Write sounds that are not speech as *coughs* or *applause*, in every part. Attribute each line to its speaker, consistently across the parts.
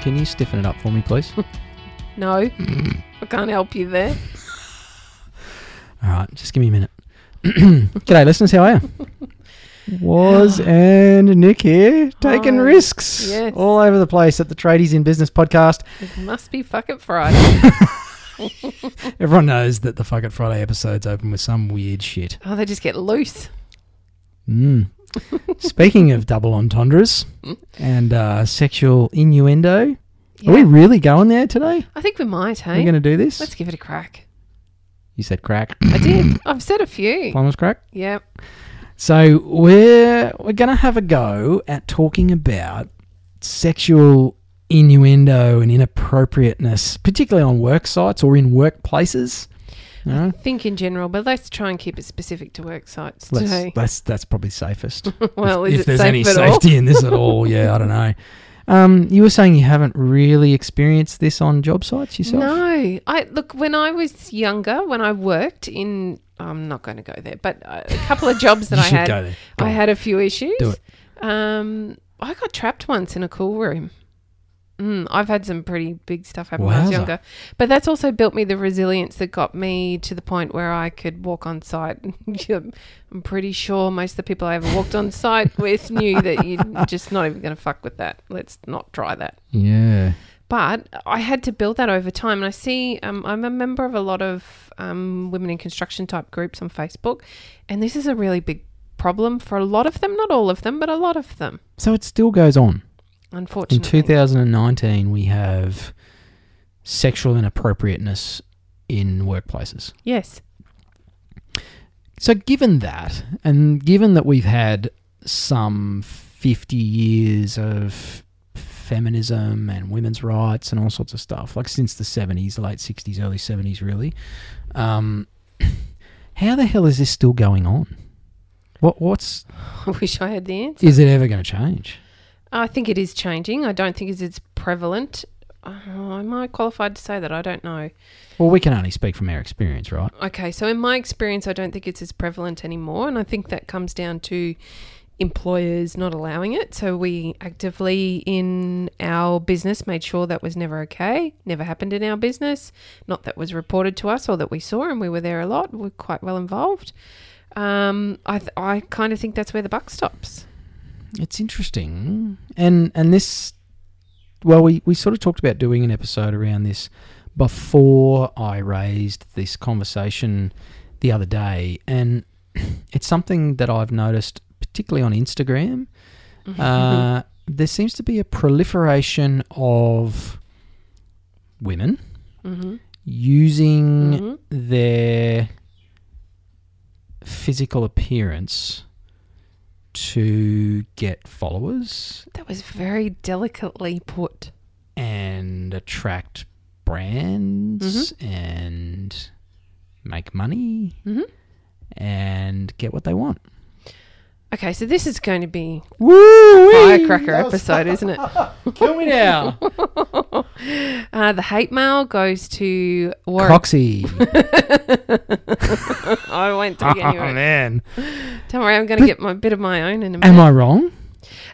Speaker 1: can you stiffen it up for me,
Speaker 2: *laughs*
Speaker 1: please? all
Speaker 2: No, *laughs* I can't help you there.
Speaker 1: right, just give me a minute. *clears throat* G'day, listeners. How
Speaker 2: *laughs*
Speaker 1: are you? Was and Nick here, taking
Speaker 2: Hi.
Speaker 1: risks
Speaker 2: Yes.
Speaker 1: all over the place at the Tradies in Business podcast.
Speaker 2: It must be fucking Friday.
Speaker 1: Everyone knows that the Fuck It Friday episodes open with some weird shit.
Speaker 2: Oh, they just get loose. *laughs*
Speaker 1: Mm. Speaking of double entendres and uh, sexual innuendo, are we
Speaker 2: Yeah.
Speaker 1: really going there today?
Speaker 2: I think we might,
Speaker 1: Are we
Speaker 2: hey?
Speaker 1: going to do this?
Speaker 2: Let's give it a crack.
Speaker 1: you said crack.
Speaker 2: I did. I've said a few.
Speaker 1: Plumbers crack.
Speaker 2: Yep.
Speaker 1: So we're we're gonna have a go at talking about sexual innuendo and inappropriateness, particularly on work sites or in workplaces. You
Speaker 2: *laughs*
Speaker 1: know?
Speaker 2: Think in general, but let's try and keep it specific to work sites
Speaker 1: Let's,
Speaker 2: today.
Speaker 1: that's that's probably safest.
Speaker 2: *laughs* well,
Speaker 1: if if
Speaker 2: is it
Speaker 1: there's
Speaker 2: safe
Speaker 1: any
Speaker 2: at all?
Speaker 1: safety in this at all, yeah, I don't know. Um, you were saying you haven't really experienced this on job sites yourself.
Speaker 2: *laughs* No, I look when I was younger, when I worked in, I'm not going to go there, but uh, a couple of jobs that
Speaker 1: you
Speaker 2: I
Speaker 1: should
Speaker 2: had,
Speaker 1: go there. Go
Speaker 2: I
Speaker 1: on.
Speaker 2: had a few issues.
Speaker 1: Do it.
Speaker 2: Um, I got trapped once in a cool room. Mm, I've had some pretty big stuff happen when I was
Speaker 1: Wowza.
Speaker 2: younger, but that's also built me the resilience that got me to the point where I could walk on site. *laughs* Yeah, I'm pretty sure most of the people I ever walked on site with knew that you're just not even going to fuck with that. Let's not try that
Speaker 1: Yeah.
Speaker 2: but I had to build that over time. And I see, um, I'm a member of a lot of um, women in construction type groups on Facebook, and this is a really big problem for a lot of them, not all of them, but a lot of them,
Speaker 1: So it still goes on. In
Speaker 2: unfortunately.
Speaker 1: 2019, we have sexual inappropriateness in workplaces.
Speaker 2: yes. *laughs*
Speaker 1: So, given that, and given that we've had some 50 years of feminism and women's rights and all sorts of stuff, like since the 70s, the late 60s, early 70s, really, um, *coughs* how the hell is this still going on? What, what's
Speaker 2: I wish I had the answer.
Speaker 1: is it ever going to change?
Speaker 2: I think it is changing. I don't think it's as prevalent. Oh, am I qualified to say that? I don't know.
Speaker 1: Well, we can only speak from our experience, right?
Speaker 2: Okay, so in my experience, I don't think it's as prevalent anymore, and I think that comes down to employers not allowing it. So we actively in our business made sure that was never okay, never happened in our business. Not that was reported to us or that we saw, and we were there a lot. We are quite well involved. Um, I th- I kind of think that's where the buck stops.
Speaker 1: It's interesting, and and this, well, we we sort of talked about doing an episode around this before I raised this conversation the other day, and *clears throat* it's something that I've noticed particularly on Instagram. Uh, there seems to be a proliferation of women
Speaker 2: Mm-hmm.
Speaker 1: using
Speaker 2: hmm
Speaker 1: their physical appearance to get followers
Speaker 2: That was very delicately put.
Speaker 1: and attract brands and make money
Speaker 2: Mhm.
Speaker 1: Mm-hmm. and get what they want.
Speaker 2: Okay, so this is going to be
Speaker 1: Woo!
Speaker 2: firecracker episode, isn't it?
Speaker 1: Kill me *laughs* now.
Speaker 2: Uh, the hate mail goes to
Speaker 1: *laughs*
Speaker 2: Warwick.
Speaker 1: Coxie.
Speaker 2: I
Speaker 1: *laughs*
Speaker 2: won't
Speaker 1: oh
Speaker 2: take any of it.
Speaker 1: man.
Speaker 2: Don't worry, I'm going to get my bit of my own in a
Speaker 1: Am
Speaker 2: minute.
Speaker 1: I wrong?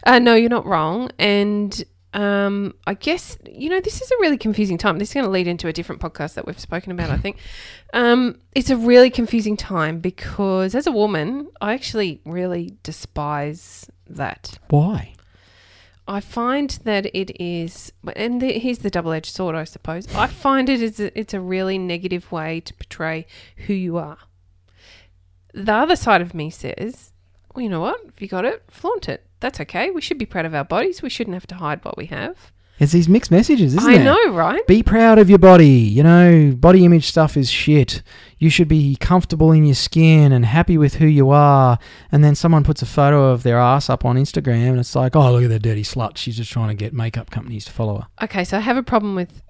Speaker 2: Uh, no, you're not wrong. And um, I guess you know this is a really confusing time. This is going to lead into a different podcast that we've spoken about.
Speaker 1: Mm-hmm.
Speaker 2: I think um, it's a really confusing time because as a woman, I actually really despise that.
Speaker 1: Why?
Speaker 2: I find that it is, and the, here's the double-edged sword, I suppose. I find it is a, it's a really negative way to portray who you are. The other side of me says, well, you know what? If you got it, flaunt it. That's okay. We should be proud of our bodies. We shouldn't have to hide what we have.
Speaker 1: It's these mixed messages, isn't
Speaker 2: I
Speaker 1: it?
Speaker 2: know, right?
Speaker 1: Be proud of your body. You know, body image stuff is shit. You should be comfortable in your skin and happy with who you are. And then someone puts a photo of their ass up on Instagram and it's like, oh, look at that dirty slut. She's just trying to get makeup companies to follow her.
Speaker 2: Okay, so I have a problem with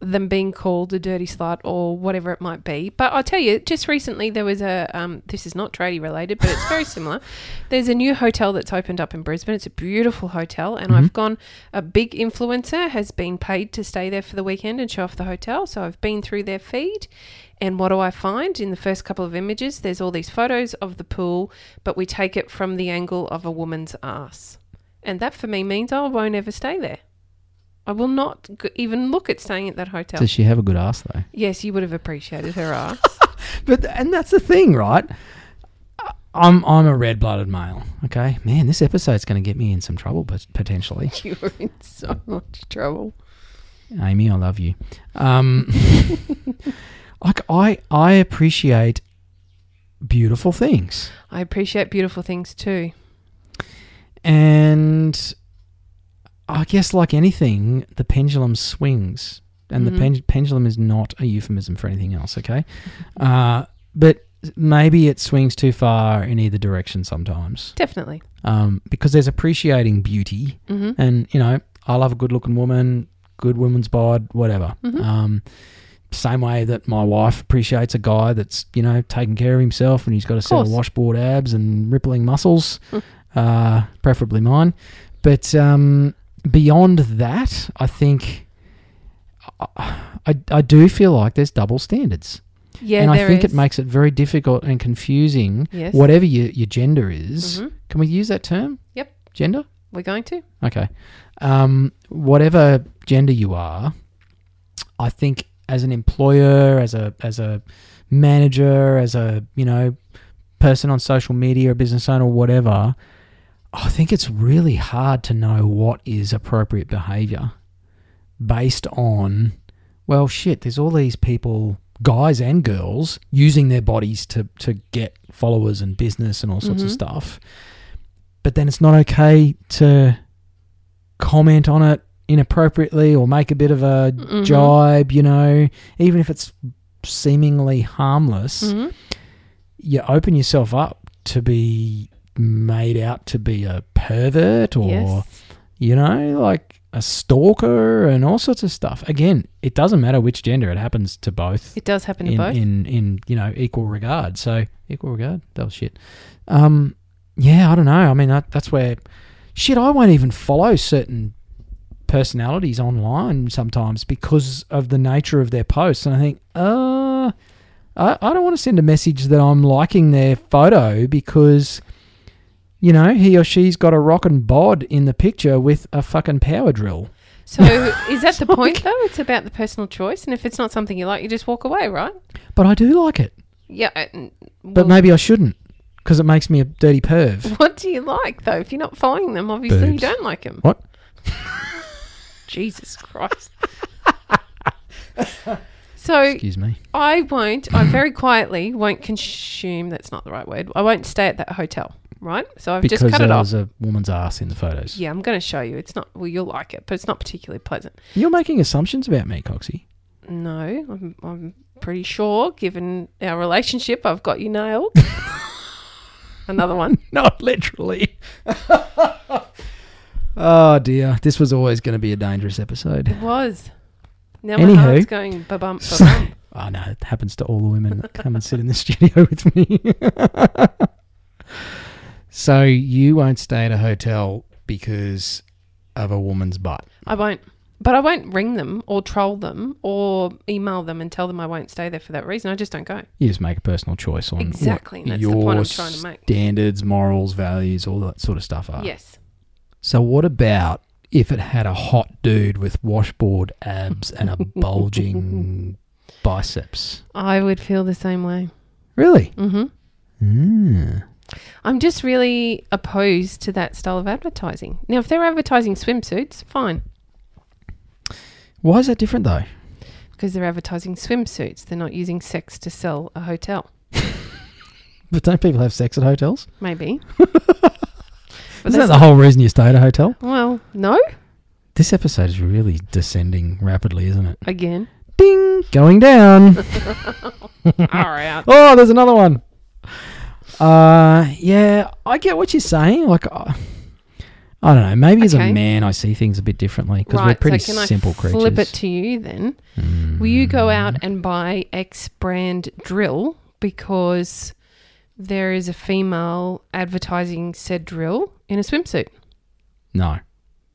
Speaker 2: them being called a dirty slut or whatever it might be. But I'll tell you, just recently there was a. Um, this is not tradie related, but it's very similar. There's a new hotel that's opened up in Brisbane. It's a beautiful hotel, and I've gone. A big influencer has been paid to stay there for the weekend and show off the hotel. So I've been through their feed, and what do I find in the first couple of images? There's all these photos of the pool, but we take it from the angle of a woman's ass, and that for me means "Oh, I won't ever stay there. I will not g- even look at staying at that hotel.
Speaker 1: Does she have a good ass, though?
Speaker 2: yes, you would have
Speaker 1: *laughs*
Speaker 2: appreciated her ass.
Speaker 1: But and that's the thing, right? I- I'm I'm a red blooded male. Okay, man, this episode's going to get me in some trouble, but potentially,
Speaker 2: you were in so much trouble.
Speaker 1: Amy, I love you. Um, *laughs* like I I appreciate beautiful things,
Speaker 2: I appreciate beautiful things too.
Speaker 1: and I guess like anything, the pendulum swings, and the pen- pendulum is not a euphemism for anything else. Okay, *laughs* uh, but maybe it swings too far in either direction sometimes.
Speaker 2: Definitely.
Speaker 1: um, because there's appreciating beauty,
Speaker 2: Mm-hmm.
Speaker 1: and you know, I love a good-looking woman, good woman's bod, whatever.
Speaker 2: Mhm.
Speaker 1: Um, same way that my wife appreciates a guy that's you know taking care of himself and he's got a set of
Speaker 2: course.
Speaker 1: washboard abs and rippling muscles,
Speaker 2: Hmm.
Speaker 1: uh, preferably mine. But um, beyond that, I think I, I, I do feel like there's double standards,
Speaker 2: Yeah,
Speaker 1: and I
Speaker 2: there
Speaker 1: think it
Speaker 2: is.
Speaker 1: makes it very difficult and confusing.
Speaker 2: Yes.
Speaker 1: Whatever your, your gender is,
Speaker 2: Mhm.
Speaker 1: can we use that term?
Speaker 2: Yep.
Speaker 1: Gender?
Speaker 2: We're going to.
Speaker 1: Okay. Um, whatever gender you are, I think as an employer, as a as a manager, as a, you know, person on social media, a business owner, whatever, I think it's really hard to know what is appropriate behavior based on well shit, there's all these people guys and girls using their bodies to to get followers and business and all sorts of
Speaker 2: Mhm.
Speaker 1: stuff. But then it's not okay to comment on it inappropriately or make a bit of a
Speaker 2: Mhm.
Speaker 1: jibe, you know, even if it's seemingly harmless,
Speaker 2: hmm
Speaker 1: you open yourself up to be made out to be a pervert or
Speaker 2: Yes.
Speaker 1: you know, like a stalker and all sorts of stuff. Again, it doesn't matter which gender; it happens to both
Speaker 2: It does happen to
Speaker 1: in
Speaker 2: both.
Speaker 1: in, in you know equal regard. So equal regard, that was shit. Um, yeah, I don't know. I mean, that, that's where shit. I won't even follow certain personalities online sometimes because of the nature of their posts, and I think, uh, I, I don't want to send a message that I'm liking their photo because. You know, he or she's got a rockin' bod in the picture with a fucking power drill.
Speaker 2: so is that
Speaker 1: *laughs*
Speaker 2: the point though? It's about the personal choice, and if it's not something you like, you just walk away, right?
Speaker 1: But I do like it.
Speaker 2: Yeah. and-
Speaker 1: But
Speaker 2: well,
Speaker 1: maybe I shouldn't because it makes me a dirty perv. *laughs*
Speaker 2: *laughs* What do you like though? If you're not following them, obviously you
Speaker 1: Boobs.
Speaker 2: don't like them.
Speaker 1: What? *laughs*
Speaker 2: Jesus Christ. so
Speaker 1: Excuse me.
Speaker 2: I won't, I very quietly won't consume, that's not the right word, I won't stay at that hotel, right? So I've
Speaker 1: Because
Speaker 2: just cut
Speaker 1: there
Speaker 2: it off.
Speaker 1: was a woman's ass in the photos.
Speaker 2: Yeah, I'm going to show you. It's not, well, you'll like it, but it's not particularly pleasant.
Speaker 1: You're making assumptions about me, Coxie. *laughs*
Speaker 2: No, I'm, I'm pretty sure, given our relationship, I've got you nailed.
Speaker 1: *laughs*
Speaker 2: Another one.
Speaker 1: No,
Speaker 2: *laughs*
Speaker 1: literally. oh dear, this was always going to be a dangerous episode.
Speaker 2: It was. Now
Speaker 1: Anywho.
Speaker 2: my heart's going ba bump, ba bump.
Speaker 1: Oh no, it happens to all the women that come and sit in the *laughs* studio with me. *laughs* so you won't stay at a hotel because of a woman's butt.
Speaker 2: I won't. But I won't ring them or troll them or email them and tell them I won't stay there for that reason. I just don't go.
Speaker 1: You just make a personal choice on what
Speaker 2: Exactly, and that's the
Speaker 1: your
Speaker 2: point I'm trying to make.
Speaker 1: standards, morals, values, all that sort of stuff are.
Speaker 2: Yes.
Speaker 1: So what about if it had a hot dude with washboard abs and a *laughs* bulging biceps?
Speaker 2: I would feel the same way.
Speaker 1: Really?
Speaker 2: hmm
Speaker 1: Mm.
Speaker 2: I'm just really opposed to that style of advertising. Now, if they're advertising swimsuits, fine,
Speaker 1: Why is that different though?
Speaker 2: because they're advertising swimsuits. They're not using sex to sell a hotel.
Speaker 1: But don't people have sex at hotels?
Speaker 2: Maybe. But
Speaker 1: Isn't that
Speaker 2: that's
Speaker 1: the whole reason you stay at a hotel?
Speaker 2: well, no.
Speaker 1: This episode is really descending rapidly, isn't it?
Speaker 2: Again.
Speaker 1: Ding! Going *laughs* down.
Speaker 2: All right.
Speaker 1: Oh, there's another one. Uh, yeah, I get what you're saying. Like, I, I don't know. Maybe as a
Speaker 2: Okay.
Speaker 1: man, I see things a bit differently because we're
Speaker 2: Right.
Speaker 1: pretty
Speaker 2: so can
Speaker 1: simple
Speaker 2: I
Speaker 1: creatures. Hmm.
Speaker 2: flip it to you then? Will you go out and buy X brand drill because there is a female advertising said drill in a swimsuit?
Speaker 1: No,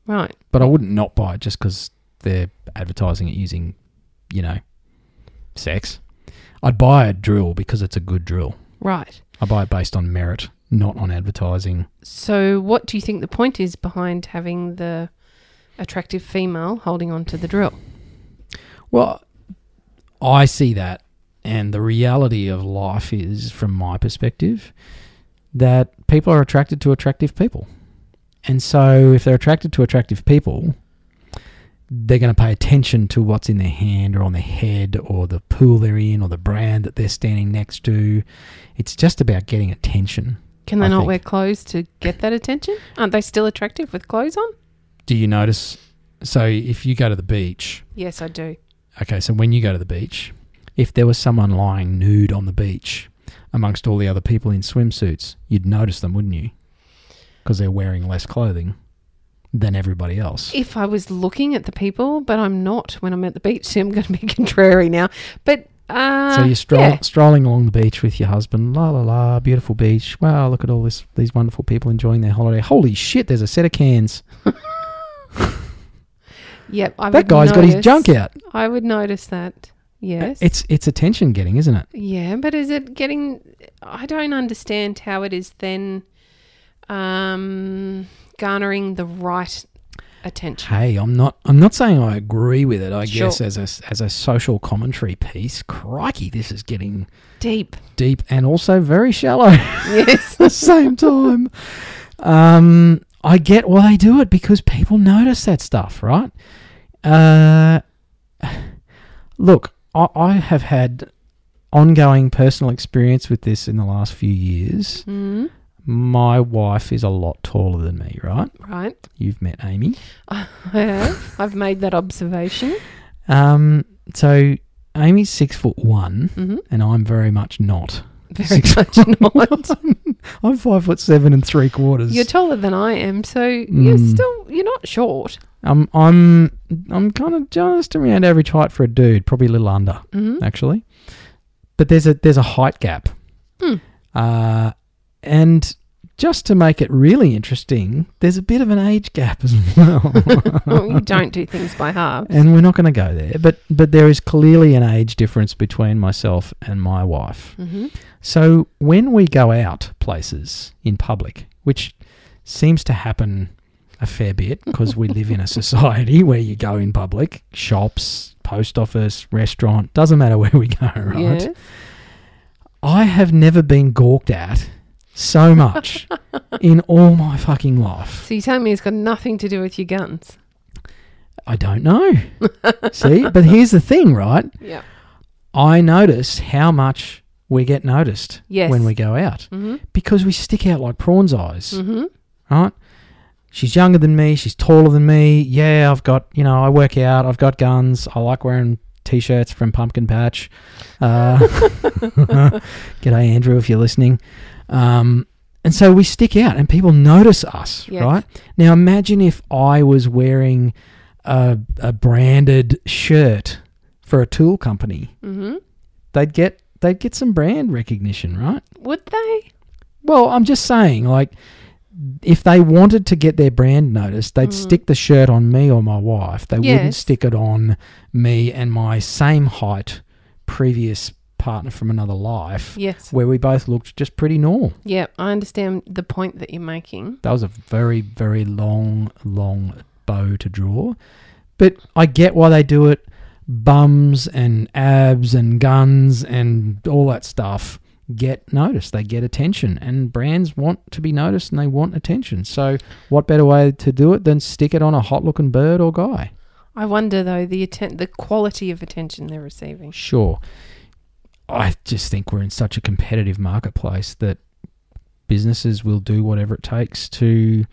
Speaker 2: Right.
Speaker 1: but I wouldn't not buy it just because they're advertising it using, you know, sex. I'd buy a drill because it's a good drill.
Speaker 2: Right.
Speaker 1: I buy it based on merit, not on advertising.
Speaker 2: So, what do you think the point is behind having the attractive female holding on to the drill?
Speaker 1: Well, I see that. And the reality of life is, from my perspective, that people are attracted to attractive people. And so, if they're attracted to attractive people, they're going to pay attention to what's in their hand or on their head or the pool they're in or the brand that they're standing next to. It's just about getting attention.
Speaker 2: Can they
Speaker 1: I
Speaker 2: not
Speaker 1: think-
Speaker 2: wear clothes to get that attention? Aren't they still attractive with clothes on?
Speaker 1: Do you notice? So, if you go to the beach,
Speaker 2: Yes, I do.
Speaker 1: Okay, so when you go to the beach, if there was someone lying nude on the beach amongst all the other people in swimsuits, you'd notice them, wouldn't you? Because they're wearing less clothing than everybody else.
Speaker 2: If I was looking at the people, but I'm not when I'm at the beach. *laughs* See, I'm going to be contrary now. But uh,
Speaker 1: so you're stroll-
Speaker 2: yeah.
Speaker 1: strolling along the beach with your husband. La la la, beautiful beach. Wow, look at all this these wonderful people enjoying their holiday. Holy shit, there's a set of cans.
Speaker 2: Yep, I
Speaker 1: that
Speaker 2: would
Speaker 1: guy's got his
Speaker 2: notice-
Speaker 1: junk out.
Speaker 2: I would notice that. Yes.
Speaker 1: It's it's attention getting, isn't it?
Speaker 2: yeah, but is it getting? I don't understand how it is then um, garnering the right attention.
Speaker 1: Hey, I'm not. I'm not saying I agree with it. I
Speaker 2: Sure.
Speaker 1: guess as a as a social commentary piece, crikey, this is getting
Speaker 2: Deep. *laughs*
Speaker 1: deep and also very shallow *laughs* at
Speaker 2: Yes.
Speaker 1: the same time. Um, I get why they do it because people notice that stuff, right? Uh, look, I, I have had ongoing personal experience with this in the last few years.
Speaker 2: mm,
Speaker 1: My wife is a lot taller than me, right?
Speaker 2: right.
Speaker 1: You've met Amy.
Speaker 2: I have. I've made that observation.
Speaker 1: Um, so Amy's six foot one,
Speaker 2: hmm
Speaker 1: and I'm very much not. *laughs*
Speaker 2: Very
Speaker 1: Six-
Speaker 2: much not.
Speaker 1: I'm five foot seven and three quarters.
Speaker 2: You're taller than I am, so you're
Speaker 1: Mm.
Speaker 2: still you're not short.
Speaker 1: I'm I'm I'm kind of just around average height for a dude, probably a little under *laughs*
Speaker 2: hmm
Speaker 1: actually. But there's a there's a height gap,
Speaker 2: Hmm.
Speaker 1: uh, and just to make it really interesting, there's a bit of an age gap as *laughs* well.
Speaker 2: you don't do things by halves.
Speaker 1: and we're not going to go there, but but there is clearly an age difference between myself and my wife.
Speaker 2: hmm
Speaker 1: So when we go out places in public, which seems to happen a fair bit because we live in a society where you go in public, shops, post office, restaurant, doesn't matter where we go, right?
Speaker 2: Yes.
Speaker 1: I have never been gawked at so much in all my fucking life.
Speaker 2: So you tell me it's got nothing to do with your guns.
Speaker 1: I don't know. See? But here's the thing, right?
Speaker 2: Yeah.
Speaker 1: I notice how much we get noticed
Speaker 2: Yes.
Speaker 1: when we go out
Speaker 2: hmm
Speaker 1: because we stick out like prawns' eyes.
Speaker 2: hmm
Speaker 1: right? She's younger than me. She's taller than me. Yeah, I've got, you know, I work out. I've got guns. I like wearing t shirts from Pumpkin Patch. Uh, *laughs* g'day, Andrew, if you're listening. Um, and so we stick out and people notice us,
Speaker 2: Yes.
Speaker 1: right? Now, imagine if I was wearing a, a branded shirt for a tool company.
Speaker 2: hmm
Speaker 1: They'd get. They'd get some brand recognition, right?
Speaker 2: Would they?
Speaker 1: Well, I'm just saying, like, if they wanted to get their brand noticed, they'd
Speaker 2: Mm.
Speaker 1: stick the shirt on me or my wife. They wouldn't
Speaker 2: Yes.
Speaker 1: stick it on me and my same height previous partner from another life,
Speaker 2: Yes.
Speaker 1: where we both looked just pretty normal.
Speaker 2: Yeah, I understand the point that you're making.
Speaker 1: That was a very, very long, long bow to draw. But I get why they do it. Bums and abs and guns and all that stuff get noticed. They get attention, and brands want to be noticed and they want attention. So, what better way to do it than stick it on a hot looking bird or guy?
Speaker 2: I wonder though the atten- the quality of attention they're receiving.
Speaker 1: Sure. I just think we're in such a competitive marketplace that businesses will do whatever it takes to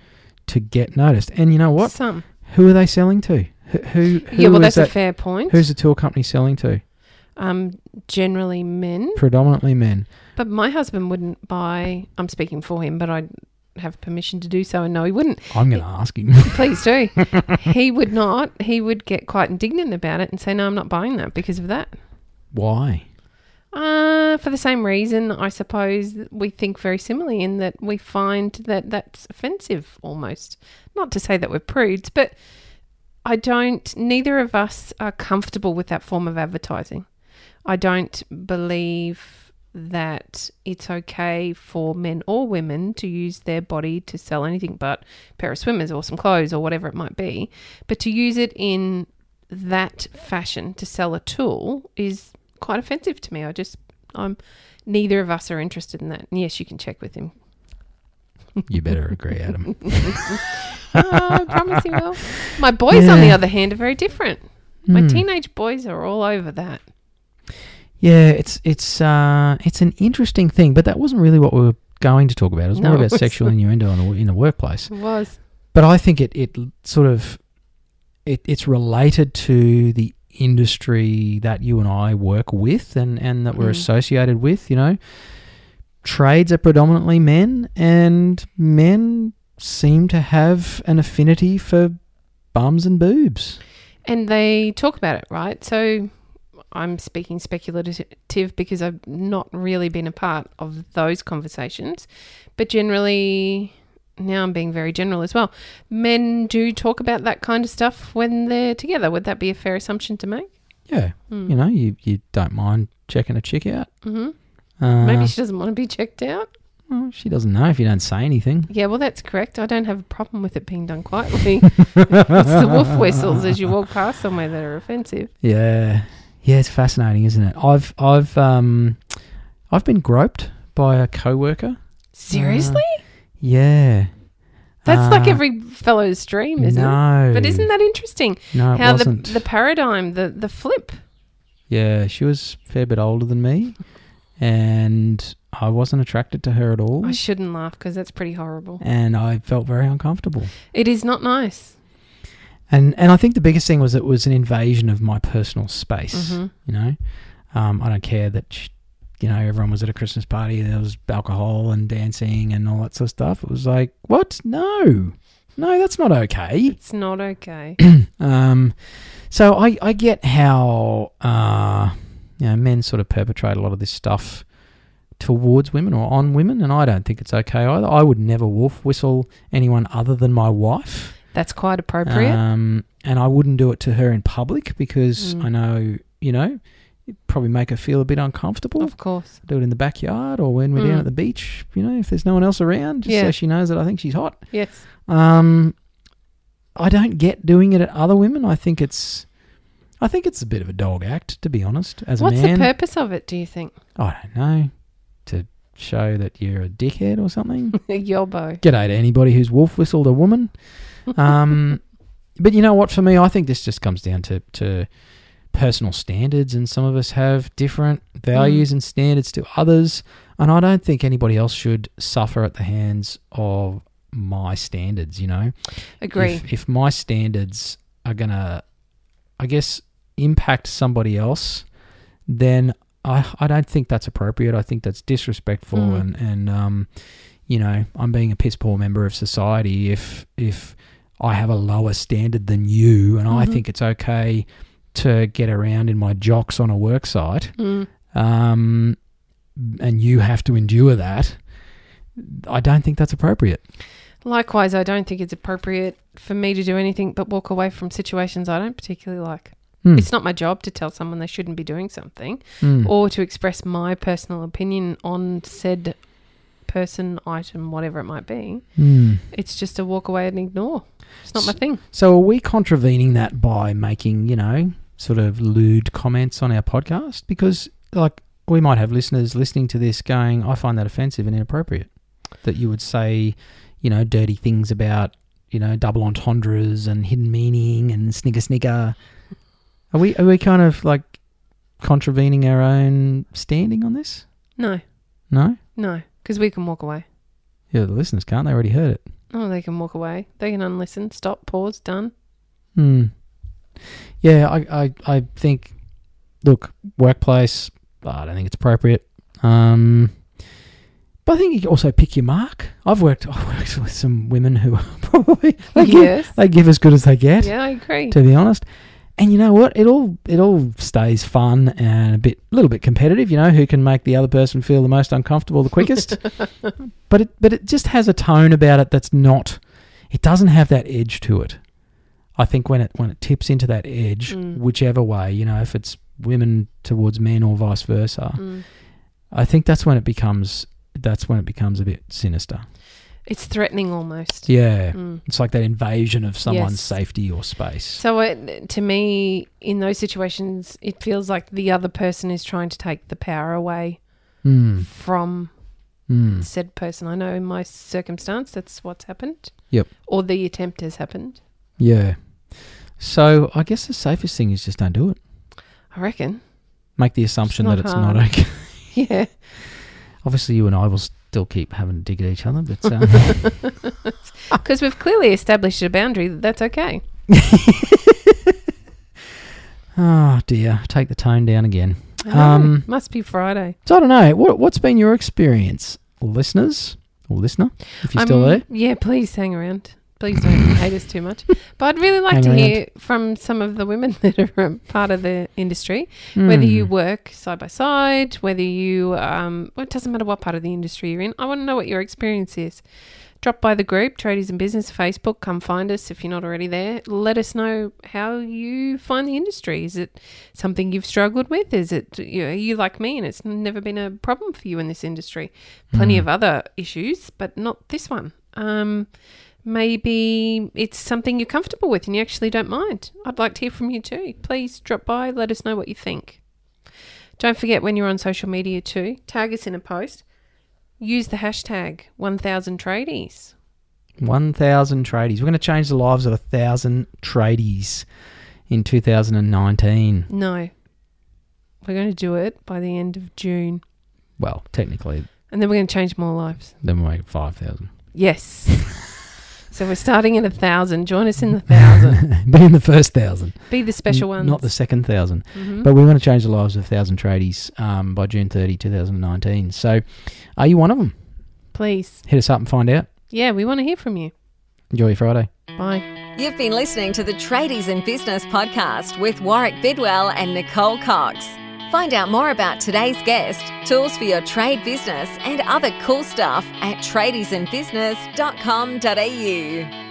Speaker 1: to get noticed. And you know what?
Speaker 2: Some.
Speaker 1: Who are they selling to? Who, who, who
Speaker 2: yeah, well,
Speaker 1: is
Speaker 2: that's a
Speaker 1: that,
Speaker 2: fair point.
Speaker 1: who's the tour company selling to?
Speaker 2: um, generally men,
Speaker 1: Predominantly men.
Speaker 2: but my husband wouldn't buy. I'm speaking for him, but I have permission to do so, and no, he wouldn't.
Speaker 1: I'm going to ask
Speaker 2: *laughs*
Speaker 1: him.
Speaker 2: Please do. he would not. He would get quite indignant about it and say, "No, I'm not buying that because of that."
Speaker 1: Why?
Speaker 2: Uh, for the same reason, I suppose that we think very similarly in that we find that that's offensive almost. Not to say that we're prudes, but I don't, neither of us are comfortable with that form of advertising. I don't believe that it's okay for men or women to use their body to sell anything but a pair of swimmers or some clothes or whatever it might be, but to use it in that fashion to sell a tool is quite offensive to me. I just, I'm, neither of us are interested in that. And yes, you can check with
Speaker 1: *laughs*
Speaker 2: him.
Speaker 1: You better
Speaker 2: *laughs*
Speaker 1: agree, Adam.
Speaker 2: Oh, I promise you will. My boys, on the
Speaker 1: Yeah.
Speaker 2: other hand, are very different. My
Speaker 1: Hmm.
Speaker 2: teenage boys are all over that.
Speaker 1: Yeah, it's it's uh, it's an interesting thing, but that wasn't really what we were going to talk about. It was
Speaker 2: No,
Speaker 1: more
Speaker 2: it
Speaker 1: about
Speaker 2: wasn't.
Speaker 1: sexual innuendo in the, in the workplace.
Speaker 2: It was.
Speaker 1: But I think it it l- sort of it, it's related to the industry that you and I work with and and that we're
Speaker 2: Mm.
Speaker 1: associated with. You know, trades are predominantly men, and men seem to have an affinity for bums and boobs.
Speaker 2: And they talk about it, right? So I'm speaking speculative because I've not really been a part of those conversations. But generally, now I'm being very general as well. Men do talk about that kind of stuff when they're together. Would that be a fair assumption to make?
Speaker 1: Yeah, you know, you you don't mind checking a chick out.
Speaker 2: hmm
Speaker 1: Uh,
Speaker 2: Maybe she doesn't want to be checked out.
Speaker 1: Well, she doesn't know if you don't say anything.
Speaker 2: Yeah, well, that's correct. I don't have a problem with it being
Speaker 1: *laughs*
Speaker 2: done quietly. it's the wolf whistles as you walk past somewhere that are offensive.
Speaker 1: Uh, Yeah, yeah, it's fascinating, isn't it? I've I've um I've been groped by a coworker.
Speaker 2: Seriously?
Speaker 1: Yeah,
Speaker 2: that's like
Speaker 1: Uh,
Speaker 2: every fellow's dream, Hmm, isn't it?
Speaker 1: no,
Speaker 2: But isn't that interesting?
Speaker 1: no? It
Speaker 2: How the,
Speaker 1: wasn't.
Speaker 2: the paradigm, the, the flip.
Speaker 1: yeah, she was a fair bit older than me, and I wasn't attracted to her at all,
Speaker 2: I shouldn't laugh because that's pretty horrible.
Speaker 1: and I felt very uncomfortable.
Speaker 2: It is not nice.
Speaker 1: And and I think the biggest thing was it was an invasion of my personal space.
Speaker 2: Mhm.
Speaker 1: You know, um, I don't care that sh you know everyone was at a Christmas party. There was alcohol and dancing and all that sort of stuff. It was like, what? No, no, that's not okay.
Speaker 2: It's not okay.
Speaker 1: *coughs* Um, so I I get how uh, you know men sort of perpetrate a lot of this stuff towards women or on women, and I don't think it's okay either. I would never wolf whistle anyone other than my wife.
Speaker 2: that's quite appropriate.
Speaker 1: Um, and I wouldn't do it to her in public because
Speaker 2: Mm.
Speaker 1: I know, you know, it'd probably make her feel a bit uncomfortable.
Speaker 2: of course.
Speaker 1: do it in the backyard or when we're down
Speaker 2: Mm.
Speaker 1: at the beach, you know, if there's no one else around, just
Speaker 2: Yeah.
Speaker 1: so she knows that I think she's hot.
Speaker 2: Yes.
Speaker 1: Um, I don't get doing it at other women. I think it's. I think it's a bit of a dog act, to be honest. As
Speaker 2: What's
Speaker 1: a man,
Speaker 2: the purpose of it, do you think? *laughs*
Speaker 1: I don't know, to show that you're a dickhead or something.
Speaker 2: Yobo.
Speaker 1: G'day to anybody who's wolf whistled a woman. Um, but you know what? For me, I think this just comes down to, to personal standards, and some of us have different values and standards to others. And I don't think anybody else should suffer at the hands of my standards. You know,
Speaker 2: Agree.
Speaker 1: If, if my standards are gonna, I guess, impact somebody else, then I I don't think that's appropriate. I think that's disrespectful,
Speaker 2: Mm.
Speaker 1: and and um, you know, I'm being a piss poor member of society if if I have a lower standard than you, and I
Speaker 2: Mhm.
Speaker 1: think it's okay to get around in my jocks on a work site,
Speaker 2: Mm.
Speaker 1: um, and you have to endure that. I don't think that's appropriate.
Speaker 2: Likewise, I don't think it's appropriate for me to do anything but walk away from situations I don't particularly like.
Speaker 1: Hmm.
Speaker 2: It's not my job to tell someone they shouldn't be doing something
Speaker 1: Mm.
Speaker 2: or to express my personal opinion on said person, item, whatever it might be.
Speaker 1: Mm.
Speaker 2: It's just to walk away and ignore. It's not my thing.
Speaker 1: So are we contravening that by making, you know, sort of lewd comments on our podcast? Because like we might have listeners listening to this going, I find that offensive and inappropriate. That you would say, you know, dirty things about, you know, double entendres and hidden meaning and snigger snigger. Are we are we kind of like contravening our own standing on this?
Speaker 2: No,
Speaker 1: No?
Speaker 2: no, because we can walk away.
Speaker 1: Yeah, the listeners can't, they already heard it.
Speaker 2: *laughs* Oh, they can walk away. They can unlisten, stop, pause, done.
Speaker 1: Hmm. Yeah, I, I, I think, look, workplace, I don't think it's appropriate. Um, but I think you can also pick your mark. I've worked, *laughs* I've worked with some women who are probably they, give,
Speaker 2: yes.
Speaker 1: they give as good as they get,
Speaker 2: yeah, I agree.
Speaker 1: to be honest. And you know what? It all it all stays fun and a bit, little bit competitive. You know, who can make the other person feel the most uncomfortable the
Speaker 2: *laughs*
Speaker 1: quickest? but it but it just has a tone about it that's not. It doesn't have that edge to it. I think when it when it tips into that edge,
Speaker 2: Mm.
Speaker 1: whichever way, you know, if it's women towards men or vice versa,
Speaker 2: Mm.
Speaker 1: I think that's when it becomes that's when it becomes a bit sinister.
Speaker 2: It's threatening almost.
Speaker 1: Yeah.
Speaker 2: Mm.
Speaker 1: It's like that invasion of someone's
Speaker 2: Yes.
Speaker 1: safety or space.
Speaker 2: So it, to me, in those situations, it feels like the other person is trying to take the power away
Speaker 1: Mm,
Speaker 2: from
Speaker 1: mm.
Speaker 2: said person. I know in my circumstance, that's what's happened.
Speaker 1: Yep.
Speaker 2: Or the attempt has happened.
Speaker 1: Yeah. So I guess the safest thing is just don't do it.
Speaker 2: I reckon. *laughs*
Speaker 1: Make the assumption
Speaker 2: not
Speaker 1: that it's
Speaker 2: hard.
Speaker 1: not okay. *laughs*
Speaker 2: Yeah.
Speaker 1: Obviously, you and I will still keep having a dig at each other, but
Speaker 2: *laughs*
Speaker 1: uh,
Speaker 2: Because we've clearly established a boundary that that's okay.
Speaker 1: oh dear, take the tone down again. Um,
Speaker 2: Oh, must be Friday.
Speaker 1: So I don't know what what's been your experience, listeners or listener, if you're still
Speaker 2: I'm-
Speaker 1: there.
Speaker 2: Yeah, please hang around. Please
Speaker 1: *laughs*
Speaker 2: don't hate us too much. But I'd really like
Speaker 1: Hang
Speaker 2: to
Speaker 1: around.
Speaker 2: hear from some of the women *laughs* that are um, part of the industry, whether you
Speaker 1: Hmm.
Speaker 2: work side by side, whether you, um, well, it doesn't matter what part of the industry you're in. I want to know what your experience is. Drop by the group, Tradies and Business Facebook. Come find us if you're not already there. Let us know how you find the industry. Is it something you've struggled with? Is it you, know, you like me and it's never been a problem for you in this industry? Plenty of other issues, but not this one. Um, maybe it's something you're comfortable with and you actually don't mind. I'd like to hear from you too. Please drop by, let us know what you think. Don't forget when you're on social media too, tag us in a post. Use the hashtag 1000tradies.
Speaker 1: One thousand tradies. We're going to change the lives of a thousand tradies in 2019.
Speaker 2: No. We're going to do it by the end of June.
Speaker 1: Well, technically,
Speaker 2: And then we're going to change more lives.
Speaker 1: then we'll make it five thousand. *laughs*
Speaker 2: Yes. *laughs* so we're starting at a thousand. Join us in the thousand.
Speaker 1: but in the first thousand,
Speaker 2: Be the special
Speaker 1: n-
Speaker 2: ones.
Speaker 1: not the second thousand.
Speaker 2: Mhm.
Speaker 1: But we want to change the lives of a thousand tradies um, by June 30, 2019. So, are you one of them?
Speaker 2: Please.
Speaker 1: Hit us up and find out.
Speaker 2: Yeah, we want to hear from you.
Speaker 1: Enjoy your Friday.
Speaker 2: Bye.
Speaker 3: You've been listening to the Tradies in Business podcast with Warwick Bidwell and Nicole Cox. Find out more about today's guest, tools for your trade business, and other cool stuff at tradiesinbusiness.com.au.